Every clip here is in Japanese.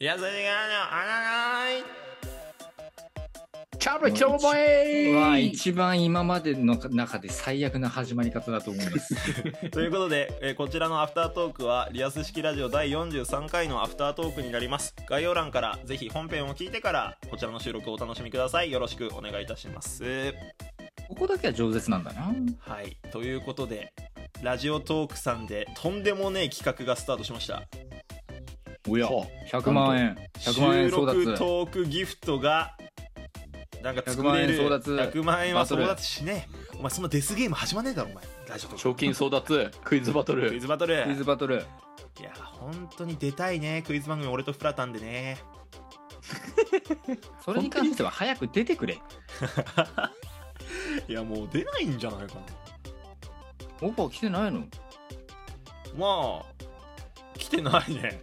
優しがあらないキャブキョボエはイ一番今までの中で最悪な始まり方だと思 います。ということで、えーこちらのアフタートークはリアス式ラジオ第43回のアフタートークになります概要欄からぜひ本編を聞いてからこちらの収録をお楽しみくださいよろしくお願いいたしますここだけは饒舌なんだな。はいということでラジオトークさんでとんでもねえ企画がスタートしましたおや、100万円。100万円収争録奪。トークギフトがなんか作れる100万円争奪100万円はバトル争奪しねえお前そんなデスゲーム始まんねえだろお前ラジオトーク賞金争奪クイズバトクイルズバトルクイズバトル。いや本当に出たいねクイズ番組俺とフラタンでねそれに関しては早く出てくれ。いやもう出ないんじゃないかなオファー来てないのまあ来てないね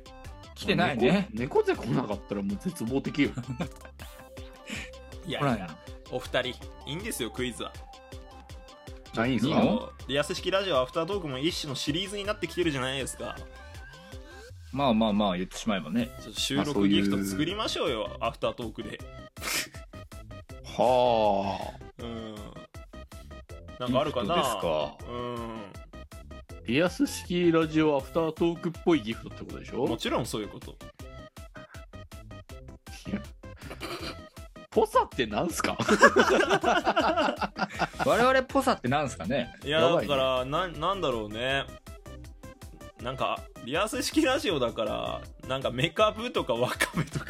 来てないね。猫猫背来なかったらもう絶望的よいやほらや。お二人いいんですよクイズはないんすいいかのもうリアス式ラジオアフタートークも一種のシリーズになってきてるじゃないですかまあまあまあ言ってしまえばね。ちょっと収録ギフト作りましょうよアフタートークではうんなんかあるかなギフトでうあリアス式ラジオアフタートークっぽいギフトってことでしんもょちろんそういうこといやポサってなんすかすか。我々っぽさってなんすかね。いややばいだねからななんだろうねなんかリアス式ラジオだからなんかメカブとかワカメとか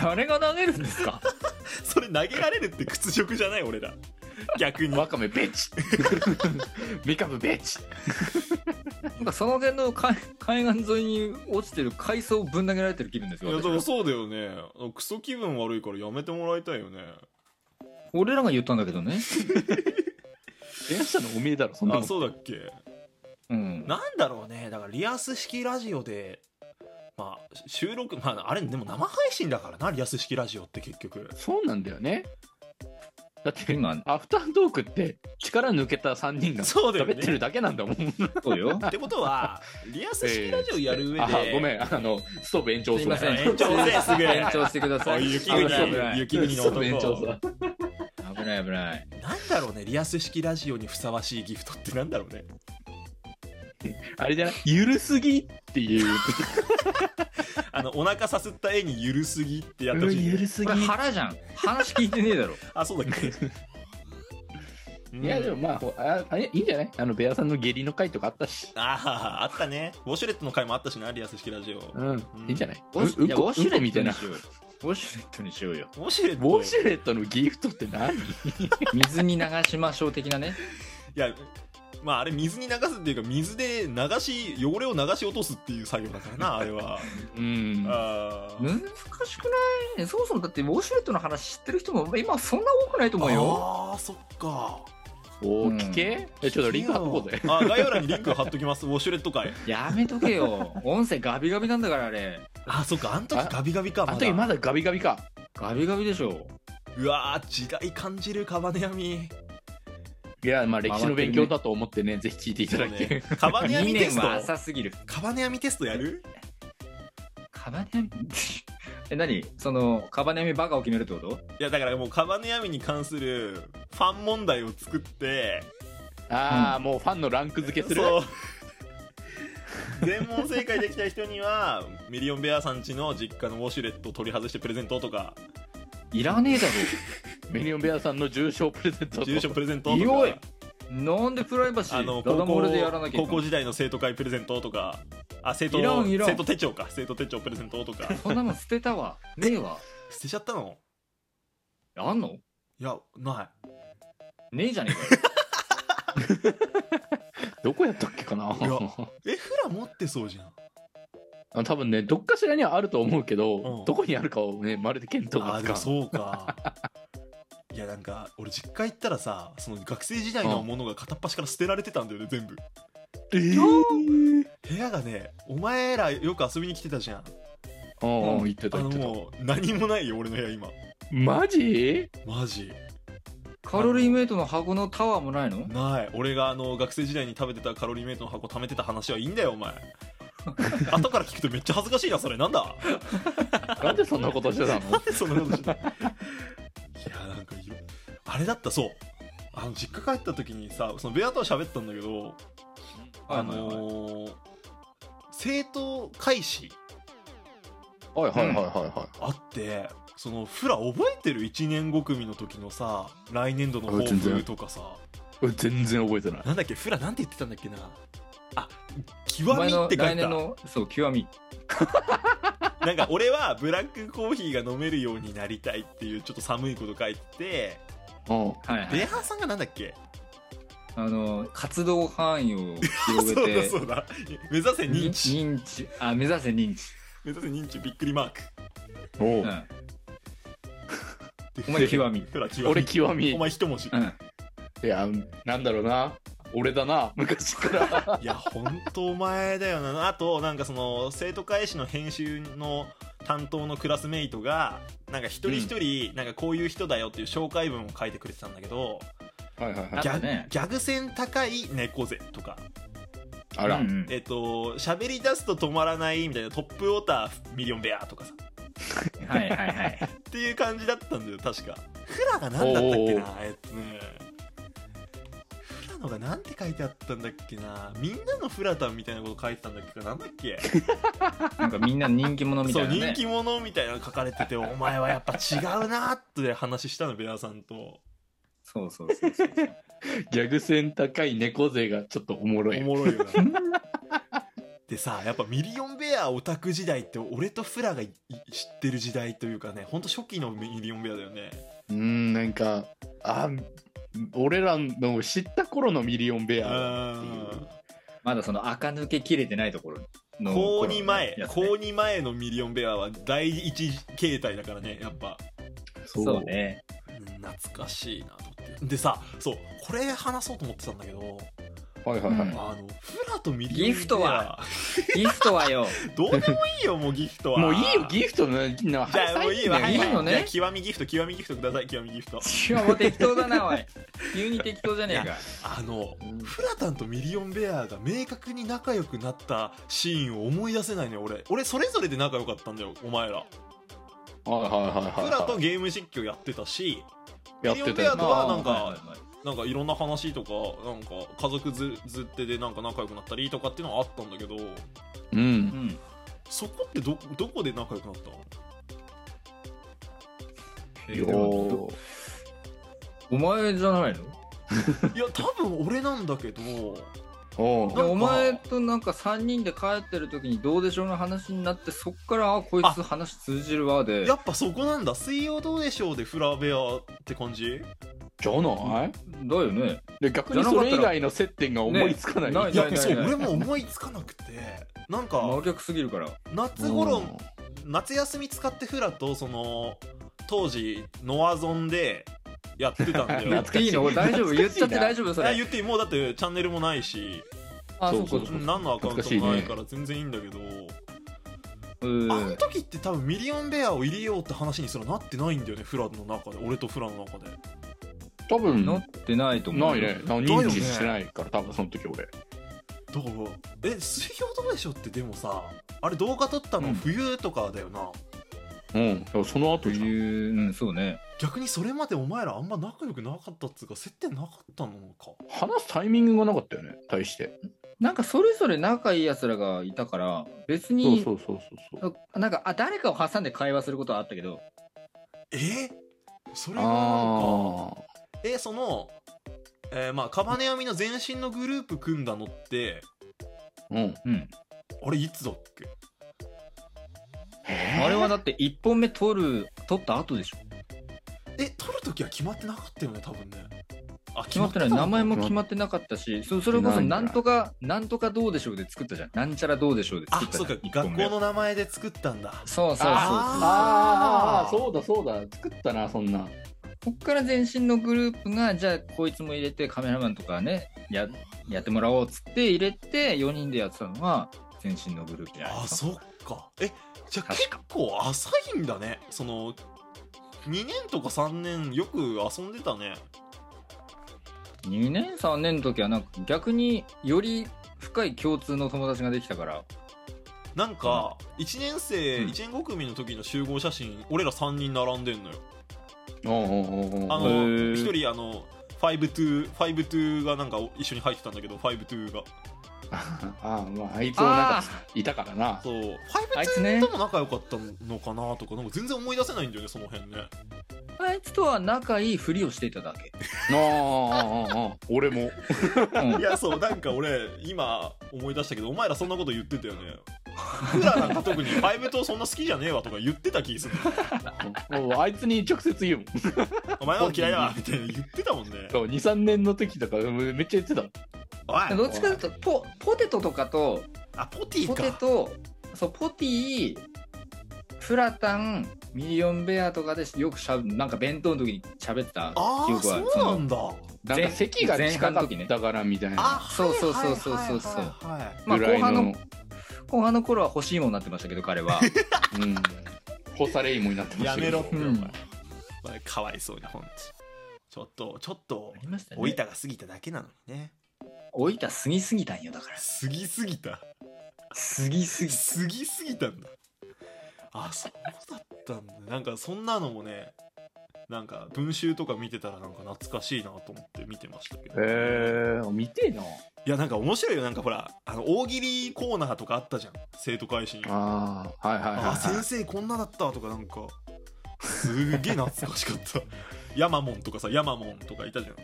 誰が投げるんです かそれ投げられるって屈辱じゃない俺ら逆にワカメベッチ メカブベッチなんかその辺の海海岸沿いに落ちてる海藻をぶん投げられてる気分ですいやよ。だから私そうだよねクソ気分悪いからやめてもらいたいよね俺らが言ったんだけどね。電話したのおめえだろそんなあのそうだっけうん。なんだろうねだからリアス式ラジオでまあ収録まああれでも生配信だからなリアス式ラジオって結局そうなんだよねだって今、アフタートークって力抜けた3人がそうだよ喋ねってるだけなんだもん。そうよ。ってこと はリアス式ラジオやる上あで、ごめん、あの、ストーブ延長すいません。延長戦すぐ延長してくださおいい。雪危ない危な国い。雪国のストーブ延長男さ危ない危ない。なんだろうねリアス式ラジオにふさわしいギフトってなんだろうね あれじゃないゆるすぎっていう。あのお腹さすった絵にゆるすぎってやってほしいね、ゆるすこぎれ。腹じゃん。話聞いてねえだろ。あそうだっけいや、でもまあほあ、あれいいんじゃないあの、ベアさんの下痢の回とかあったし。あああったねウォシュレットの回もあったしなリアス式ラジオウうん、いいんじゃないうんいやウォシうュレんこみッたトいにな。しようよ。ウォシュォシュレットにしようよ。レッウトォシュレットのギフトって何水に流しましょう的なね。いやまああれ水に流すっていうか水で流し汚れを流し落とすっていう作業だから なあれはうん。あー難しくないそもそもだってウォシュレットの話知ってる人も今そんな多くないと思うよ。あーそっかおうんー、聞けえちょっとリンク貼っとこうぜ。あ概要欄にリンク貼っときますウォシュレット回やめとけよ。音声ガビガビなんだからあれ。あそっかあの時あガビガビかあの時まだガビガビか。ガビガビでしょ。うわー時代感じるカバネヤミいや、まあ歴史の勉強だと思ってね、ぜひ聞いていただいて。そうね カバネヤ2ミテ年ストは浅すぎる。カバネヤミテストやるカバネアミえ、何その、カバネアミバカを決めるってこといやだからもうカバネヤミに関するファン問題を作ってああ、もうファンのランク付けする。そう全問正解できた人にはミリオンベアさん家の実家のウォシュレットを取り外してプレゼントとかいらねえだミリオンベアさんの重賞プレゼントと住所プレゼントとよいかろ。なんでプライバシーあのダ高ダ漏れでやら校なきゃい高けな校い時代の生徒会プレゼントとかあ生徒いらんいらん生徒手帳か生徒手帳プレゼントとかそんなもん捨て たわ。ねえわ。捨てちゃったのあんのいやなねえじゃねえかよ。どこやったっけかないいえフラ持ってそうじゃんあ多分ねどっかしらにはあると思うけど、うんどこにあるかをねまるで見当あーがつでかもんそうかいやなんか俺実家行ったらさその学生時代のものが片っ端から捨てられてたんだよね全部えー部屋がねお前らよく遊びに来てたじゃんうんううんん言ってあた言のってたもう何もないよ俺の部屋今マジマジカロリーメイトの箱のタワーもない のない俺があの学生時代に食べてたカロリーメイトの箱貯めてた話はいいんだよお前後から聞くとめっちゃ恥ずかしいなそれなんだなんでそんなことしてた のなんでそんなことしてたいやなんかいろあれだったそうあの実家帰った時にさそのベアとは喋ったんだけどあはいはいはいのー生徒会誌はいはいはいはあってそのフラ覚えてる1年5組の時のさ来年度の抱全負然とかさいはい。全然覚えてない。なんだっけフラなんて言ってたんだっけなあお極みっ前て書のいてた来年のそう極みなんか俺はブラックコーヒーが飲めるようになりたいっていうちょっと寒いこと書いてうん。はいはてベいアーさんがなんだっけあの活動範囲を 広そうげだてそうだ目指せ認知認知あ目指せ認知、目指せ認知びっくりマークおう、うんお前極みほら極み俺極み。お前一文字うんいや、なんだろうな。俺だな。昔から。いや本当お前だよなあとなんかその生徒会誌の編集の担当のクラスメイトがなんか一人一人なんかこういう人だよっていう紹介文を書いてくれてたんだけど、はいはいあはい。ギとャねギャグ線高い猫背とかあらうん。うんえっと喋り出すと止まらないみたいなトップウォーターミリオンベアとかさはいはいはいっていう感じだったんだよ確かフラが何だったっけおなえっとねフラのがなんて書いてあったんだっけなみんなのフラタンみたいなこと書いてたんだっけかなんだっけなんかみんな人気者みたそういなね人気者みたいなの書かれててお前はやっぱ違うなって話したのベアさんとそうそうそうそうギャグ線高い猫背がちょっとおもろおい。もろい よなでさやっぱミリオンベアオタク時代って俺とフラがいい知ってる時代というかねほんと初期のミリオンベアだよねうん、なんか、あ、俺らの知った頃のミリオンベア。うんまだその垢抜けきれてないところの高2前やつ高ね2前のミリオンベアは第一形態だからねやっぱそう。ねうん懐かしいなと思ってでさそうこれ話そうと思ってたんだけどはいはいはういん。あのフラとミリオンベアギフトはギフト はよどうでもいいよもうギフトはもういいよ、ギフトの、なじゃあもういいわ、ははいいはいいのねじゃあ極みギフト、極みギフトください、極みギフト。いやもう適当だなおい急に適当じゃねえかあの、フラタンとミリオンベアが明確に仲良くなったシーンを思い出せないね、俺。俺、それぞれで仲良かったんだよ、お前ら。はいはいはいはい。フラとゲーム実況やってたし、やっミてたよリオンベアとはなんかはいはいはいなんかいろんな話とか、なんか家族ずずってでなんか仲良くなったりとかっていうのはあったんだけど、う。うんんそこってど、どこで仲良くなったのえよでもーお前じゃないのいや、多分俺なんだけど、おうでお前となんか3人で帰ってる時にどうでしょうの話になってそっからあこいつ話通じるわでやっぱそこなんだ。水曜どうでしょうでフラベアって感じじゃないだよねで逆にそれ以外の接点が思いつかない。ねないいやないそうない俺も思いつかなくてなん真か逆すぎるから夏頃夏休み使ってフラとその当時ノアゾンでやってたんだ言よ懐っかしていいの俺大丈夫言懐っかしいちなゃって大丈夫そあれ言っていいもうだってチャンネルもないしあそそううかそそううそうかうん何のアカウントもないから全然いいんだけど、うんあの時って多分ミリオンベアを入れようって話にすらなってないんだよねフラの中で俺とフラの中で多分、乗なってないと思ういね。な認知してないから、多分その時俺。だからえ水曜どうでしょうってでもさあれ動画撮ったうのん冬とかだよな、うん。でもそのと後じゃん。いううんそうね逆にそれまでお前らあんま仲良くなかったっつうか接点なかったのか話すタイミングがなかったよね、対して。なんかそれぞれ仲いい奴らがいたから別そうにそうそうそうそう。なんかあ誰かを挟んで会話することはあったけどえそれがなんかあえそのえーまあカバネアミの前身のグループ組んだのってあ。うん。うんあれいつだっけえあれはだって1本目取る取った後でしょえ撮るときは決まってなかったよね多分ねあ決まってないたの名か前も決まってなかったしそそれこそないんだなんとかなんとかどうでしょうで作ったじゃんなんちゃらどうでしょうで作あったじそゃうんか一学本目校の名前で作ったんだそうそうそあうそああ、そうだそうだ。作ったな、そんな。うこっから前身のグループがじゃあこいつも入れてカメラマンとかねややってもらおうっつって入れて4人でやってたのが前身のグループじゃないあですかそっかえじゃあ確結構浅いんだねその2年とか3年よく遊んでたね2年3年の時はなんか逆により深い共通の友達ができたからなんか1年生うん1年5組の時の集合写真俺ら3人並んでんのよおうおうおうおうあのへー1人あの5-2 5-2がなんか一緒に入ってたんだけど5-2がああまああいつもなんかいたからなそうあいつ5-2ねとも仲良かったのかなとかなんか全然思い出せないんだよねその辺ねあいつとは仲いいふりをしていただけ。ああああああ俺もうんいやそうなんか俺今思い出したけどお前らそんなこと言ってたよねクラなんか特に「ファイブとそんな好きじゃねえわ」とか言ってた気するもうあいつに直接言うもんお前のこと嫌いだわみたいな言ってたもんねそう23年の時とかめっちゃ言ってたおいどっちかというとポポテトとかとあポティポテかトそうポティプラタンミリオンベアとかでよくしゃなんか弁当の時に喋ってたあ記あ憶はそうなんだなんか席が近かったからみたいなあそうそうそうそうそうそうはいはいはいまあぐら後い半のの後半の頃は欲しいものになってましたけど 彼はうん干され芋になってましやたけどめろってお前、うんお前かわいそうにほんとちょっとちょっとりましたおいたが過ぎただけなのにね老いた過ぎすぎたんよだから過ぎすぎた過ぎすぎ過ぎすぎたんだあそうだったんだなんかそんなのもねなんか文集とか見てたらなんか懐かしいなと思って見てましたけど、えー、見てえないやなんか面白いよなんかほらあの大喜利コーナーとかあったじゃん生徒会心ああはいはいはい、あは先生こんなだったとかなんかすげえ懐かしか ったヤマモンとかさヤマモンとかいたじゃん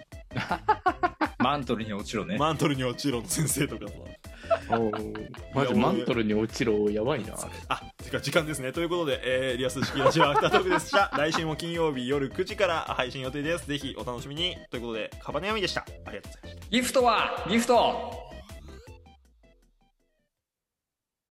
マントルに落ちろね、マントルに落ちろの先生とかさい、おーマジマントルに落ちろやばいなあてか時間ですねということで、えーリアス式ラジオアフタートーク でした来週も金曜日夜9時から配信予定ですぜひお楽しみにということでカバネヤミでしたありがとうございましたギフトはギフト